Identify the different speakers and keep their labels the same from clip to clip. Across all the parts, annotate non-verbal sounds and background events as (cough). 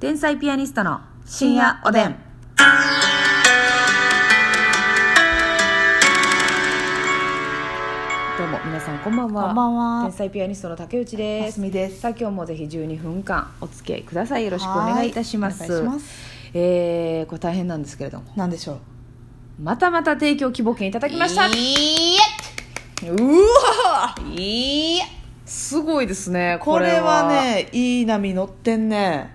Speaker 1: 天才ピアニストの深夜おでん。どうも皆さんこんばんは。
Speaker 2: こんばんは
Speaker 1: 天才ピアニストの竹内で。
Speaker 2: ますすみです
Speaker 1: さあ今日もぜひ12分間お付き合いください。よろしくお願いいたします。
Speaker 2: はいお願いします
Speaker 1: えーこれ大変なんですけれども、
Speaker 2: なんでしょう
Speaker 1: またまた提供希望券いただきました。
Speaker 2: いいう
Speaker 1: わ
Speaker 2: えいいえ
Speaker 1: すごいですね。
Speaker 2: これは。ねいい波乗ってんね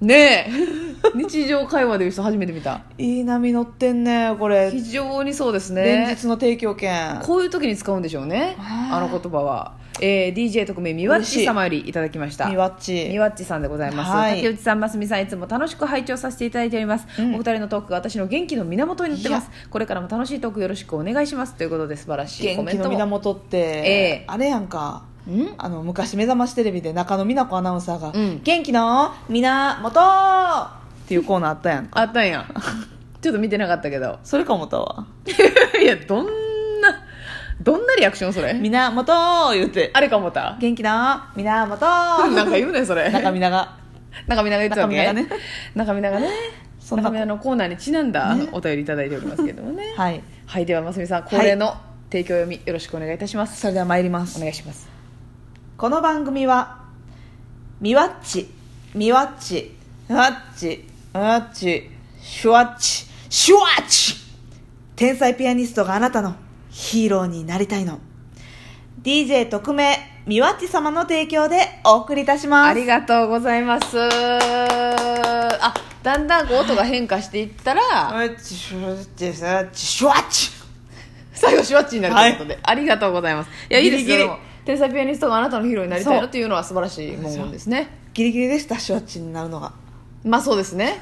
Speaker 1: ねえ (laughs) 日常会話で言う人初めて見 (laughs) た
Speaker 2: いい波乗ってんねこれ
Speaker 1: 非常にそうです
Speaker 2: 連
Speaker 1: ね
Speaker 2: 日の提供券
Speaker 1: こういう時に使うんでしょうね
Speaker 2: はい
Speaker 1: あの言葉は、えー、DJ 特命みわっち様よりいただきました
Speaker 2: みわっち
Speaker 1: みわっちさんでございます、
Speaker 2: はい
Speaker 1: 竹内さんますみさんいつも楽しく拝聴させていただいております、
Speaker 2: うん
Speaker 1: お二人のトークが私の元気の源になってますこれからも楽しいトークよろしくお願いしますということで素晴らしいコ
Speaker 2: 元
Speaker 1: メ
Speaker 2: 気
Speaker 1: ン
Speaker 2: の
Speaker 1: トも
Speaker 2: 源って、
Speaker 1: ええ
Speaker 2: あれやんか
Speaker 1: ん
Speaker 2: あの昔「目覚ましテレビ」で中野美奈子アナウンサーが「
Speaker 1: うん
Speaker 2: 元気の源!」っていうコーナーあったやん
Speaker 1: あったんや (laughs) ちょっと見てなかったけど (laughs)
Speaker 2: それか思ったわ
Speaker 1: いやどんなどんなリアクションそ
Speaker 2: 「
Speaker 1: れ
Speaker 2: 源!」言って
Speaker 1: あれか思った
Speaker 2: 「元気の源!」
Speaker 1: (laughs) なんか言うねそれ
Speaker 2: 中美奈が
Speaker 1: 中身長言ってたわけ
Speaker 2: 中身長ね
Speaker 1: 中身長ね
Speaker 2: そんな
Speaker 1: 中身長のコーナーにちなんだお便りいただいておりますけどもねはい、
Speaker 2: (laughs) はい
Speaker 1: ではますみさん恒例の提供読みよろしくお願いいたします、
Speaker 2: それでは参ります
Speaker 1: お願いします
Speaker 2: この番組はみわっちみわっちみわっちみわっちシュワッチシュワッチ天才ピアニストがあなたのヒーローになりたいの DJ 特命みわっち様の提供でお送りいたします
Speaker 1: ありがとうございますあだんだんこう音が変化していったら
Speaker 2: シュワッチシュワッチシュワッチシュワッチ
Speaker 1: 最後シュワッチになるということで、ありがとうございますいやいいです
Speaker 2: ギリギ
Speaker 1: よ
Speaker 2: リ
Speaker 1: でも天才ピアニストがあなたのヒーローになりたい
Speaker 2: そ
Speaker 1: の
Speaker 2: う
Speaker 1: というのは素晴らしい文言ですね
Speaker 2: ギリギリでしたシュワッチになるのが
Speaker 1: まあそうですね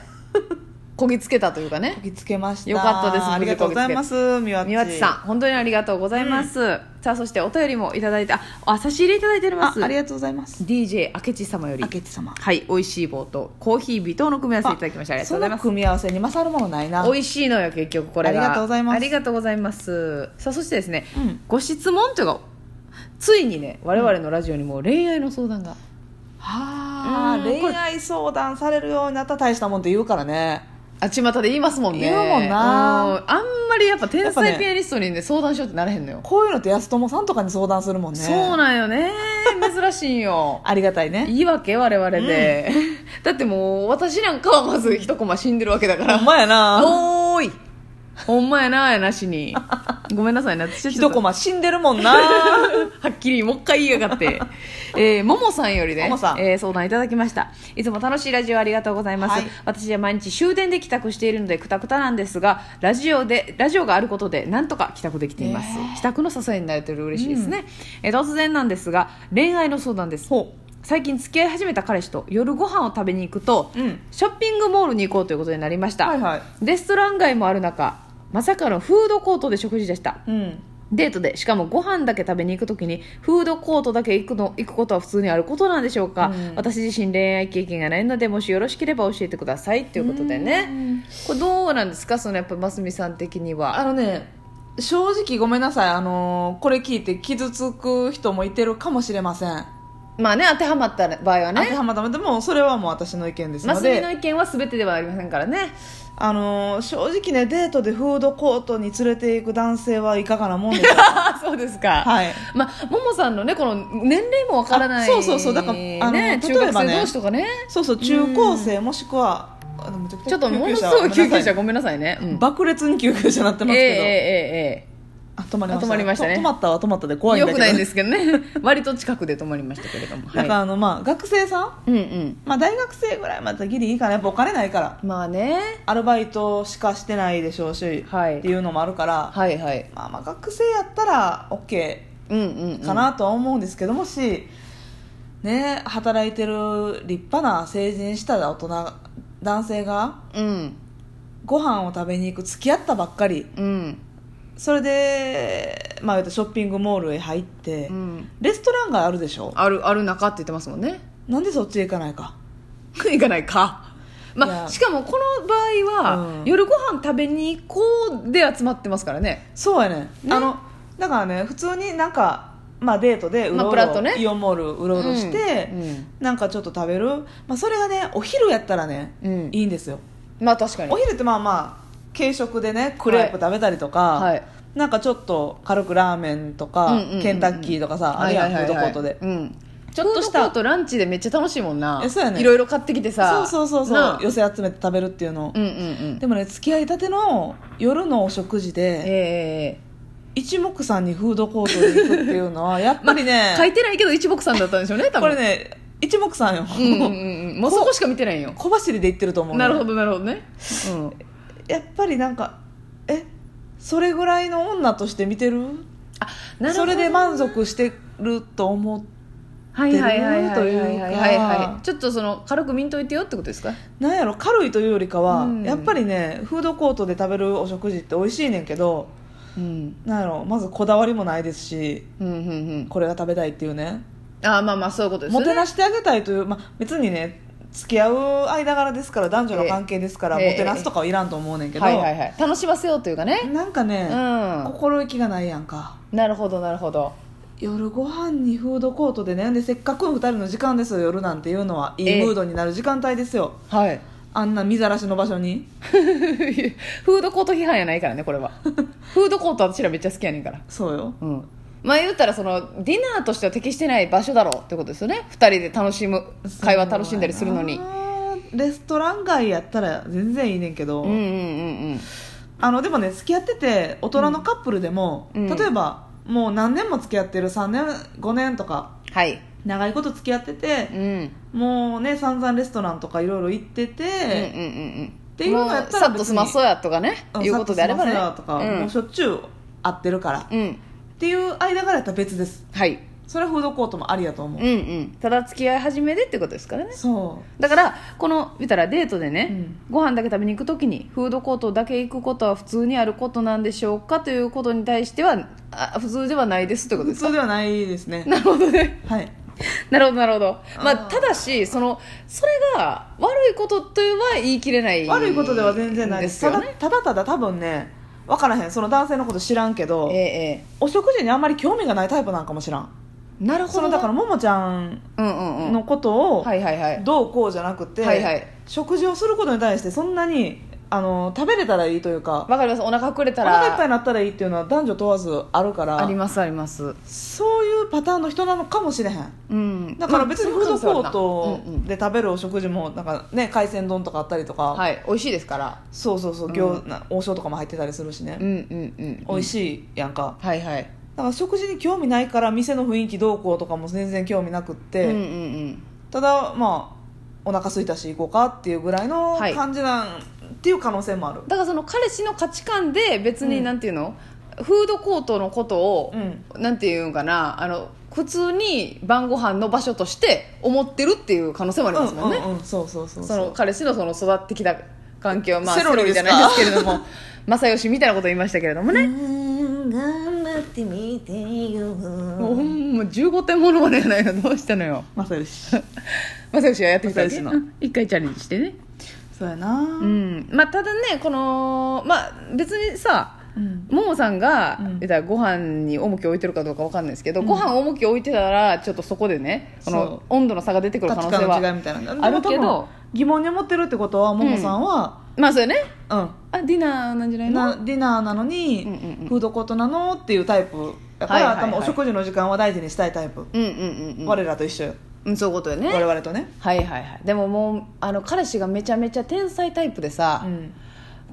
Speaker 1: こぎつけたという
Speaker 2: (laughs)
Speaker 1: かね
Speaker 2: こぎつけました
Speaker 1: よかったです
Speaker 2: ありがとうございますみわっち
Speaker 1: みわちさん本当にありがとうございます、さあそしてお便りもいただいてああ差し入れいただいておりま
Speaker 2: あ
Speaker 1: す
Speaker 2: ありがとうございます
Speaker 1: DJ 明智様より
Speaker 2: あけち様
Speaker 1: はい美味しい棒とコーヒー微糖の組み合わせいただきましたありがとうございま
Speaker 2: その組み合わせに勝るものないな
Speaker 1: す美味しいのよ結局これが
Speaker 2: ありがとうございます
Speaker 1: ありがとうございますさあそしてですね、
Speaker 2: うん
Speaker 1: ご質問というかついにね我々のラジオにも恋愛の相談が、
Speaker 2: はあ
Speaker 1: うん
Speaker 2: 恋愛相談されるようになったら大したもんって言うからね
Speaker 1: あちまたで言いますもんね
Speaker 2: 言うもんな
Speaker 1: うんあんまりやっぱ天
Speaker 2: やっぱね
Speaker 1: 才ピアニストにね相談しようってなれへんのよ、
Speaker 2: こういうのって安友さんとかに相談するもんね
Speaker 1: そうなんよね (laughs) 珍しいんよ
Speaker 2: ありがたいね
Speaker 1: いいわけ我々で、だってもう私なんかはまず一コマ死んでるわけだから
Speaker 2: ほんまやな
Speaker 1: おーいほんまやなやなしにごめんなさいな私
Speaker 2: 一コマ死んでるも
Speaker 1: (laughs)
Speaker 2: んな
Speaker 1: はっきりもう一回言いやがって、えー、ももさんよりね
Speaker 2: ももさん
Speaker 1: えー相談いただきましたいつも楽しいラジオありがとうございます、
Speaker 2: はい
Speaker 1: 私は毎日終電で帰宅しているのでくたくたなんですがラジオでラジオがあることでなんとか帰宅できています、
Speaker 2: え
Speaker 1: 帰宅の支えになれてる嬉しいですね、えー突然なんですが恋愛の相談です
Speaker 2: ほ
Speaker 1: 最近付き合い始めた彼氏と夜ご飯を食べに行くと、
Speaker 2: うん
Speaker 1: ショッピングモールに行こうということになりました、
Speaker 2: はいはい
Speaker 1: レストラン街もある中まさかのフードコートで食事でした
Speaker 2: うん
Speaker 1: デートでしかもご飯だけ食べに行く時にフードコートだけ行くの行くことは普通にあることなんでしょうか、
Speaker 2: うん
Speaker 1: 私自身恋愛経験がないのでもしよろしければ教えてくださいということでねこれどうなんですかそのやっぱますみさん的に
Speaker 2: あ
Speaker 1: は
Speaker 2: のね正直ごめんなさいあのーこれ聞いて傷つく人もいてるかもしれません、
Speaker 1: まあね当てはまった場合は
Speaker 2: 当て
Speaker 1: ね
Speaker 2: はまったでもそれはもう私の意見です
Speaker 1: ま
Speaker 2: の
Speaker 1: すみ
Speaker 2: で
Speaker 1: の意見は全てではありませんから
Speaker 2: (laughs)
Speaker 1: ね
Speaker 2: あのー正直ねデートでフードコートに連れていく男性はいかがなもんでしょうか
Speaker 1: そうですか
Speaker 2: はい
Speaker 1: まあ、ももさんのねこの年齢もわからない
Speaker 2: あそうそうそうだからあの
Speaker 1: ね、中
Speaker 2: 例え
Speaker 1: 学
Speaker 2: ば
Speaker 1: 生
Speaker 2: ね
Speaker 1: 同士とかね
Speaker 2: そうそう中高生もしくはあのめちゃく
Speaker 1: ちょっとものすごい救急車ごめんなさいね、う
Speaker 2: ごめんなさい
Speaker 1: ん、
Speaker 2: 爆裂に救急車なって
Speaker 1: ええ
Speaker 2: ます
Speaker 1: え
Speaker 2: けど、
Speaker 1: えええ
Speaker 2: あ止まりました
Speaker 1: あ止まりましたね
Speaker 2: と止まったは止まったで怖いん
Speaker 1: よ
Speaker 2: だけ
Speaker 1: く
Speaker 2: ど
Speaker 1: ないんですすけどね (laughs) 割と近くで止まりましたけれども、
Speaker 2: だから
Speaker 1: は
Speaker 2: あのまあ学生さん
Speaker 1: い、うんうん
Speaker 2: まあ大学生ぐらいまでギリいいかなやっぱお金ないから
Speaker 1: まあね
Speaker 2: アルバイトしかしてないでしょうし、
Speaker 1: はい
Speaker 2: っていうのもあるから、
Speaker 1: はいはい
Speaker 2: まあまあ学生やったら OK
Speaker 1: うんうん、うん、
Speaker 2: かなとは思うんですけどもし、ね働いてる立派な成人した大人男性が
Speaker 1: うん
Speaker 2: ご飯を食べに行く付き合ったばっかり
Speaker 1: うん
Speaker 2: それで、まあ、言うとショッピングモールへ入って、
Speaker 1: うん
Speaker 2: レストラン街あるでしょ
Speaker 1: あるある中って言ってますもんね (laughs)
Speaker 2: なんでそっちへ行かないか
Speaker 1: 行かないか
Speaker 2: い
Speaker 1: まあ
Speaker 2: や
Speaker 1: しかもこの場合は、
Speaker 2: うん
Speaker 1: 夜ご飯食べに行こうで集まってますからね
Speaker 2: そうやね
Speaker 1: ね
Speaker 2: あのだからね普通になんかまあ、デートでう
Speaker 1: まあ
Speaker 2: ろう
Speaker 1: プラッと
Speaker 2: ろ、
Speaker 1: ね
Speaker 2: イオンモールうろうろして、
Speaker 1: うんうん
Speaker 2: なんかちょっと食べる、まあ、それがねお昼やったらね、
Speaker 1: うん
Speaker 2: いいんですよ
Speaker 1: まあ確かに
Speaker 2: お昼ってまあまあ軽食でねクレープ食べたりとか、
Speaker 1: はい
Speaker 2: なんかちょっと軽くラーメンとか、
Speaker 1: うんうんうんうん
Speaker 2: ケンタッキーとかさあるやんフードコートで、
Speaker 1: うんち
Speaker 2: ち
Speaker 1: ょ
Speaker 2: ょ
Speaker 1: っ
Speaker 2: っ
Speaker 1: と
Speaker 2: と
Speaker 1: し
Speaker 2: したた
Speaker 1: とランチでめっちゃ楽しいもんな
Speaker 2: えそうやね
Speaker 1: いろいろ買ってきてさ
Speaker 2: そうそうそうそう
Speaker 1: な
Speaker 2: 寄せ集めて食べるっていうの、
Speaker 1: うんうんうん
Speaker 2: でもね付き合いたての夜のお食事で
Speaker 1: ええ
Speaker 2: 一目散にフードコートに行くっていう
Speaker 1: (laughs)
Speaker 2: のはやっぱりね、
Speaker 1: 書いてないけど一目散だったんでしょうね多分
Speaker 2: これね一目散よ、
Speaker 1: うんうんうんうんもうそこしか見てないんよ
Speaker 2: 小走りで行ってると思うね
Speaker 1: なるほどなるほどねうん
Speaker 2: やっぱりなんかえそれぐらいの女として見てる
Speaker 1: あなるほど
Speaker 2: それで満足してると思う
Speaker 1: はいはいはいはい
Speaker 2: と
Speaker 1: はいいう
Speaker 2: か
Speaker 1: はいはいちょっとその軽く見んといてよってことですか
Speaker 2: なんやろ軽いというよりかは、
Speaker 1: うん
Speaker 2: やっぱりねフードコートで食べるお食事って美味しいねんけど
Speaker 1: うん
Speaker 2: なんやろまずこだわりもないですし
Speaker 1: うんうんうん
Speaker 2: これが食べたいっていうね
Speaker 1: あーまあまあそういうことです
Speaker 2: もて
Speaker 1: ね
Speaker 2: なしてあげたいという、まあ、別にね付き合う間柄ですから男女の関係ですから、
Speaker 1: ええ
Speaker 2: もてなすとかはいらんと思うねんけど、
Speaker 1: はいはいはい楽しませようというかね
Speaker 2: なんか
Speaker 1: う
Speaker 2: ね、
Speaker 1: ん
Speaker 2: 心意気がないやんか
Speaker 1: なるほどなるほど
Speaker 2: 夜ご飯にフードコートでねでせっかくの2人の時間ですよ夜なんていうのはい
Speaker 1: ええ
Speaker 2: いムードになる時間帯ですよ、
Speaker 1: はい
Speaker 2: あんな見ざらしの場所に
Speaker 1: (laughs) フードコート批判やないからねこれ
Speaker 2: (laughs)
Speaker 1: はフードコート私らめっちゃ好きやねんから
Speaker 2: そうよ
Speaker 1: うんまあ言ったらそのディナーとしては適してない場所だろうってことですよね2人で楽しむ会話楽しんだりするのに
Speaker 2: そうやなレストラン街やったら全然いいねんけど、
Speaker 1: うんうんうん
Speaker 2: あのでもね付き合ってて大人のカップルでも、
Speaker 1: うんうん
Speaker 2: 例えばもう何年も付き合ってる3年5年とか
Speaker 1: うんはい
Speaker 2: 長いこと付き合ってて
Speaker 1: う、ん
Speaker 2: もうね散々レストランとかいろいろ行って
Speaker 1: うんうんうん
Speaker 2: て、
Speaker 1: うん
Speaker 2: っていうのやったら
Speaker 1: もうさっと
Speaker 2: 別
Speaker 1: 済
Speaker 2: に
Speaker 1: まそうやとかね
Speaker 2: うん
Speaker 1: いうことであればね
Speaker 2: サッと済ませようとか、もうしょっちゅう会ってるから、
Speaker 1: うん、うん、
Speaker 2: っていう間柄やったら別です
Speaker 1: はい
Speaker 2: それはフードコートもありやと思う、
Speaker 1: うんうんただ付き合い始めでってことですからね
Speaker 2: そ
Speaker 1: だからこの見たらデートでね、
Speaker 2: うん
Speaker 1: ご飯だけ食べに行く時にフードコートだけ行くことは普通にあることなんでしょうかということに対してはあ普通ではないですという
Speaker 2: う
Speaker 1: ことです
Speaker 2: そうではないですね
Speaker 1: なるほどね (laughs)
Speaker 2: はい
Speaker 1: なるほどなるほど、まあ、
Speaker 2: あー
Speaker 1: ただしそのそれが悪いこととは言い切れない
Speaker 2: 悪いことでは全然ないで
Speaker 1: ですすよね
Speaker 2: ただただただ多分ね分からへんその男性のこと知らんけど、
Speaker 1: えええ
Speaker 2: お食事にあんまり興味がないタイプなんかも知らん
Speaker 1: えなるほ
Speaker 2: そ
Speaker 1: ど
Speaker 2: のだから
Speaker 1: ら
Speaker 2: ももちゃん
Speaker 1: うんうんうん
Speaker 2: のことを
Speaker 1: はいはいはい
Speaker 2: どうこうじゃなくて、
Speaker 1: はいはい
Speaker 2: 食事をすることに対してそんなにあの食べれたらいいというか
Speaker 1: わかりますお腹膨れ
Speaker 2: お
Speaker 1: たら
Speaker 2: 腹いっぱいになったらいいっていうのは男女問わずあるから
Speaker 1: ありますあります
Speaker 2: そういうパターンの人なのかもしれへん
Speaker 1: うん
Speaker 2: だから別にフードコー
Speaker 1: うんう
Speaker 2: ト
Speaker 1: ん
Speaker 2: で食べるお食事もなんか、ね、海鮮丼とかあったりとか、
Speaker 1: はい美味しいですから
Speaker 2: そうそうそう餃、な王将とかも入ってたりするしね
Speaker 1: う、んうんうん
Speaker 2: 美味しいやんか
Speaker 1: はいはい
Speaker 2: だから食事に興味ないから店の雰囲気どうこうとかも全然興味なくっ
Speaker 1: うん
Speaker 2: て、
Speaker 1: うんうん
Speaker 2: ただまあお腹空いたし行こうかっていうぐらいの
Speaker 1: はい
Speaker 2: 感じなん、っていう可能性もある
Speaker 1: だからその彼氏の価値観で別に
Speaker 2: うん
Speaker 1: なんていうの、フードコートのことを
Speaker 2: う、ん
Speaker 1: なんていうんかなあの普通に晩ご飯の場所として思ってるっていう可能性もありますもんね、
Speaker 2: うんうんうん、そうそうそう
Speaker 1: その彼氏のその育ってきた環境はまあセ
Speaker 2: セ
Speaker 1: ロ
Speaker 2: ロ
Speaker 1: リ
Speaker 2: リ
Speaker 1: じ
Speaker 2: で
Speaker 1: ゃ
Speaker 2: すか
Speaker 1: ないですけれども (laughs) 正義みたいなこと言いましたけれどもね、
Speaker 2: うん頑張ってみてよ
Speaker 1: もうほんま15点ものまでやないのどうしたのよ
Speaker 2: まさよ
Speaker 1: (laughs)
Speaker 2: し
Speaker 1: 正義はやってきたわけ
Speaker 2: 正義の
Speaker 1: うん一回チャレンジしてね
Speaker 2: そうやな
Speaker 1: う、んまあただねこのまあ別にさ
Speaker 2: うん
Speaker 1: ももさんが、
Speaker 2: うん
Speaker 1: 言ったらご飯に重きを置いてるかどうかわかんないですけど、ご飯重きを置いてたらちょっとそこでねこ
Speaker 2: そ
Speaker 1: の
Speaker 2: う
Speaker 1: 温度の差が出てくる可
Speaker 2: 価
Speaker 1: 能
Speaker 2: 値
Speaker 1: 性
Speaker 2: 観
Speaker 1: は
Speaker 2: の違いみたいなのが
Speaker 1: あるけど
Speaker 2: でも多分疑問に思ってるってことはももさんは、
Speaker 1: まあそうよね
Speaker 2: うん
Speaker 1: あディナーなんじゃないの
Speaker 2: なディナーなのに、
Speaker 1: うんうんうん
Speaker 2: フードコートなのっていうタイプだから、
Speaker 1: はいはいはい
Speaker 2: 多分お食事の時間は大事にしたいタイプ、
Speaker 1: うんうんうんうん
Speaker 2: 我らと一緒よ、
Speaker 1: うんそういうことよね
Speaker 2: 我々とね、
Speaker 1: はいはいはいでももうあの彼氏がめちゃめちゃ天才タイプでさ
Speaker 2: う、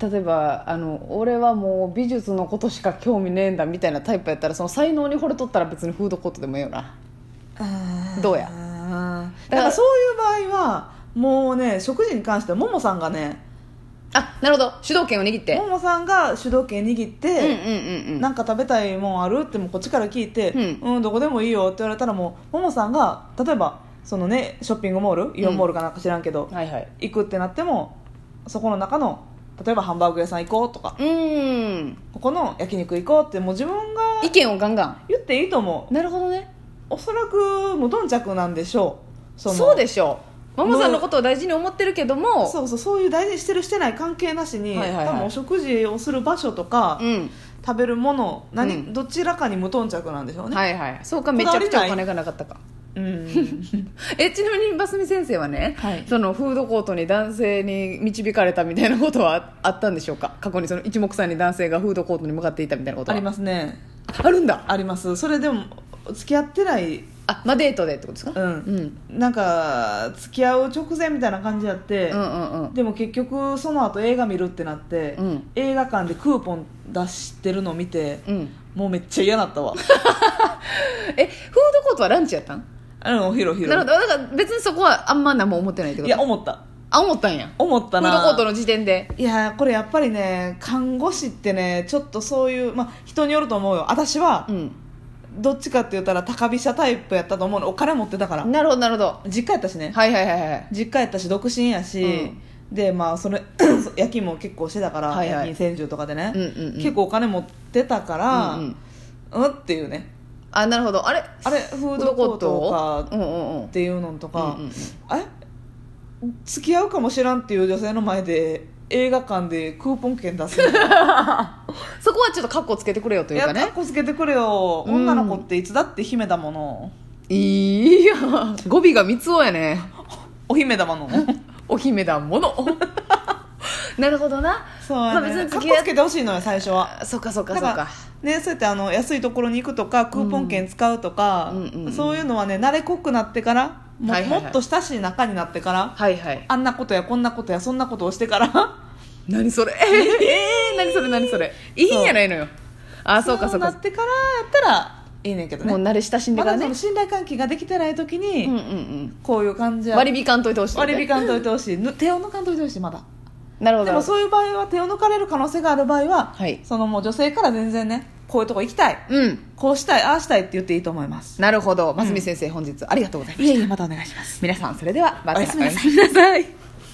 Speaker 2: ん、
Speaker 1: 例えばあの俺はもう美術のことしか興味ねえんだみたいなタイプやったらその才能に惚れとったら別にフードコートでもええよなどうや
Speaker 2: うんだからそういう場合はもうね食事に関してはももさんがね
Speaker 1: あなるほど主導権を握って
Speaker 2: ももさんが主導権握
Speaker 1: うんう
Speaker 2: っ
Speaker 1: ん
Speaker 2: て、
Speaker 1: うんうん
Speaker 2: なんか食べたいもんあるってもうこっちから聞いて、
Speaker 1: う
Speaker 2: うん、どこでもいいよって言われたらもうももさんが例えばそのねショッピングモールイオンモールかなんか知らんけど、
Speaker 1: はいはい
Speaker 2: 行くってなってもそこの中の例えばハンバーグ屋さん行こうとか
Speaker 1: うーん
Speaker 2: ここの焼肉行こうってもう自分が
Speaker 1: 意見をガンガン
Speaker 2: 言っていいと思う
Speaker 1: なるほどね
Speaker 2: おそらく無頓着なんでしょう
Speaker 1: そ
Speaker 2: の
Speaker 1: うでしょうママさんのことを大事に思ってるけども
Speaker 2: そうそうそういう大事にしてるしてない関係なしに、
Speaker 1: はいはいはい
Speaker 2: 多分お食事をする場所とか、
Speaker 1: うん
Speaker 2: 食べるもの何、
Speaker 1: うん
Speaker 2: どちらかに無頓着なんでしょうね、
Speaker 1: はいはいそうか
Speaker 2: こ
Speaker 1: め
Speaker 2: だ
Speaker 1: ち
Speaker 2: わ
Speaker 1: ゃ
Speaker 2: り
Speaker 1: くちゃ
Speaker 2: な
Speaker 1: お
Speaker 2: い
Speaker 1: 金がなかったか
Speaker 2: うん
Speaker 1: えちなみにバスミ先生はね、
Speaker 2: はい
Speaker 1: そのフードコートに男性に導かれたみたいなことはああったんでしょうか過去にその一目散に男性がフードコートに向かっていたみたいなこと
Speaker 2: あ
Speaker 1: は
Speaker 2: りますね
Speaker 1: あるんだ
Speaker 2: ありますそれでも付き合ってない
Speaker 1: あまあデートでってことですか、
Speaker 2: うん、なんか付き合う直前みたいな感じやって、
Speaker 1: うんうんうん
Speaker 2: でも結局その後映画見るってなって、
Speaker 1: うん
Speaker 2: 映画館でクーポン出してるの見て、
Speaker 1: うん
Speaker 2: もうめっちゃ嫌だっ
Speaker 1: (laughs)
Speaker 2: たわ
Speaker 1: えフードコートはランチやったん
Speaker 2: あのお昼お昼
Speaker 1: なるほどだから別にそこはあんま何も思ってないってこ
Speaker 2: い
Speaker 1: と
Speaker 2: や思った
Speaker 1: あ思ったんや
Speaker 2: 思ったな
Speaker 1: フードコートの時点で
Speaker 2: いやーこれやっぱりね看護師ってねちょっとそういう、まあ、人によると思うよ私は
Speaker 1: うん
Speaker 2: どっちかって言ったら高飛車タイプやったと思うのお金持ってたから
Speaker 1: なるほどなるほど
Speaker 2: 実家やったしね、
Speaker 1: はいはいはいはい
Speaker 2: 実家やったし独身やし、でまあそれ (clears throat) 夜勤も結構してたから、
Speaker 1: はいはい
Speaker 2: 夜勤専従とかでね、
Speaker 1: うんうんうん
Speaker 2: 結構お金持ってたから
Speaker 1: う
Speaker 2: うんん、っていうね
Speaker 1: あなるほどあれ
Speaker 2: あれフードコートか
Speaker 1: うんうんうん
Speaker 2: っていうのとか、
Speaker 1: うんうんうん
Speaker 2: あれ付き合うかもしらんっていう女性の前で映画館でクーポン券出すの
Speaker 1: そこはちょっとカッコつけてくれよと
Speaker 2: い
Speaker 1: いう
Speaker 2: や
Speaker 1: か
Speaker 2: かっ
Speaker 1: ね
Speaker 2: こつけてくれよ、
Speaker 1: うん
Speaker 2: 女の子っていつだって姫だもの
Speaker 1: いいや語尾が三つ男やね
Speaker 2: お姫だも (laughs) の
Speaker 1: お姫だも
Speaker 2: (laughs)
Speaker 1: のなるほどな
Speaker 2: そうや
Speaker 1: まあ別
Speaker 2: ね
Speaker 1: に
Speaker 2: かっ
Speaker 1: 付
Speaker 2: こ
Speaker 1: き合い
Speaker 2: つけてほしいのよ最初は
Speaker 1: あそっかそっかそ
Speaker 2: だ
Speaker 1: っ
Speaker 2: か
Speaker 1: から
Speaker 2: ね、そうやってあの安いところに行くとかクーポン券使うとか、
Speaker 1: うんうんうん
Speaker 2: そういうのはね慣れこくなってからも,、
Speaker 1: はいはいはい
Speaker 2: もっと親しい仲になってから
Speaker 1: はいはい
Speaker 2: あんなことやこんなことやそんなことをしてから
Speaker 1: 何それえー、何それ何それいいんやないのよあそうかそう
Speaker 2: なっ
Speaker 1: か
Speaker 2: てからやったらいいねんけど
Speaker 1: もう
Speaker 2: ね
Speaker 1: 慣れ親しんで
Speaker 2: ま
Speaker 1: から
Speaker 2: だそ
Speaker 1: ね
Speaker 2: の信頼関係ができてない時に、
Speaker 1: うんうんうん
Speaker 2: こういう感じや
Speaker 1: 割り引かんといてほしいよね、
Speaker 2: 割り引かんといてほしいぬ手を抜かんといてほしいまだ
Speaker 1: なるほど
Speaker 2: でもそういう場合は手を抜かれる可能性がある場合は、
Speaker 1: はい
Speaker 2: そのもう女性から全然ねこういうとこ行きたい
Speaker 1: うん
Speaker 2: こうしたいああしたいって言っていいと思います
Speaker 1: なるほど真澄先生、本日ありがとうございまし
Speaker 2: いえいえまたお願いします
Speaker 1: た皆さんそれではまた
Speaker 2: おやすみなさい
Speaker 1: おやすみなさい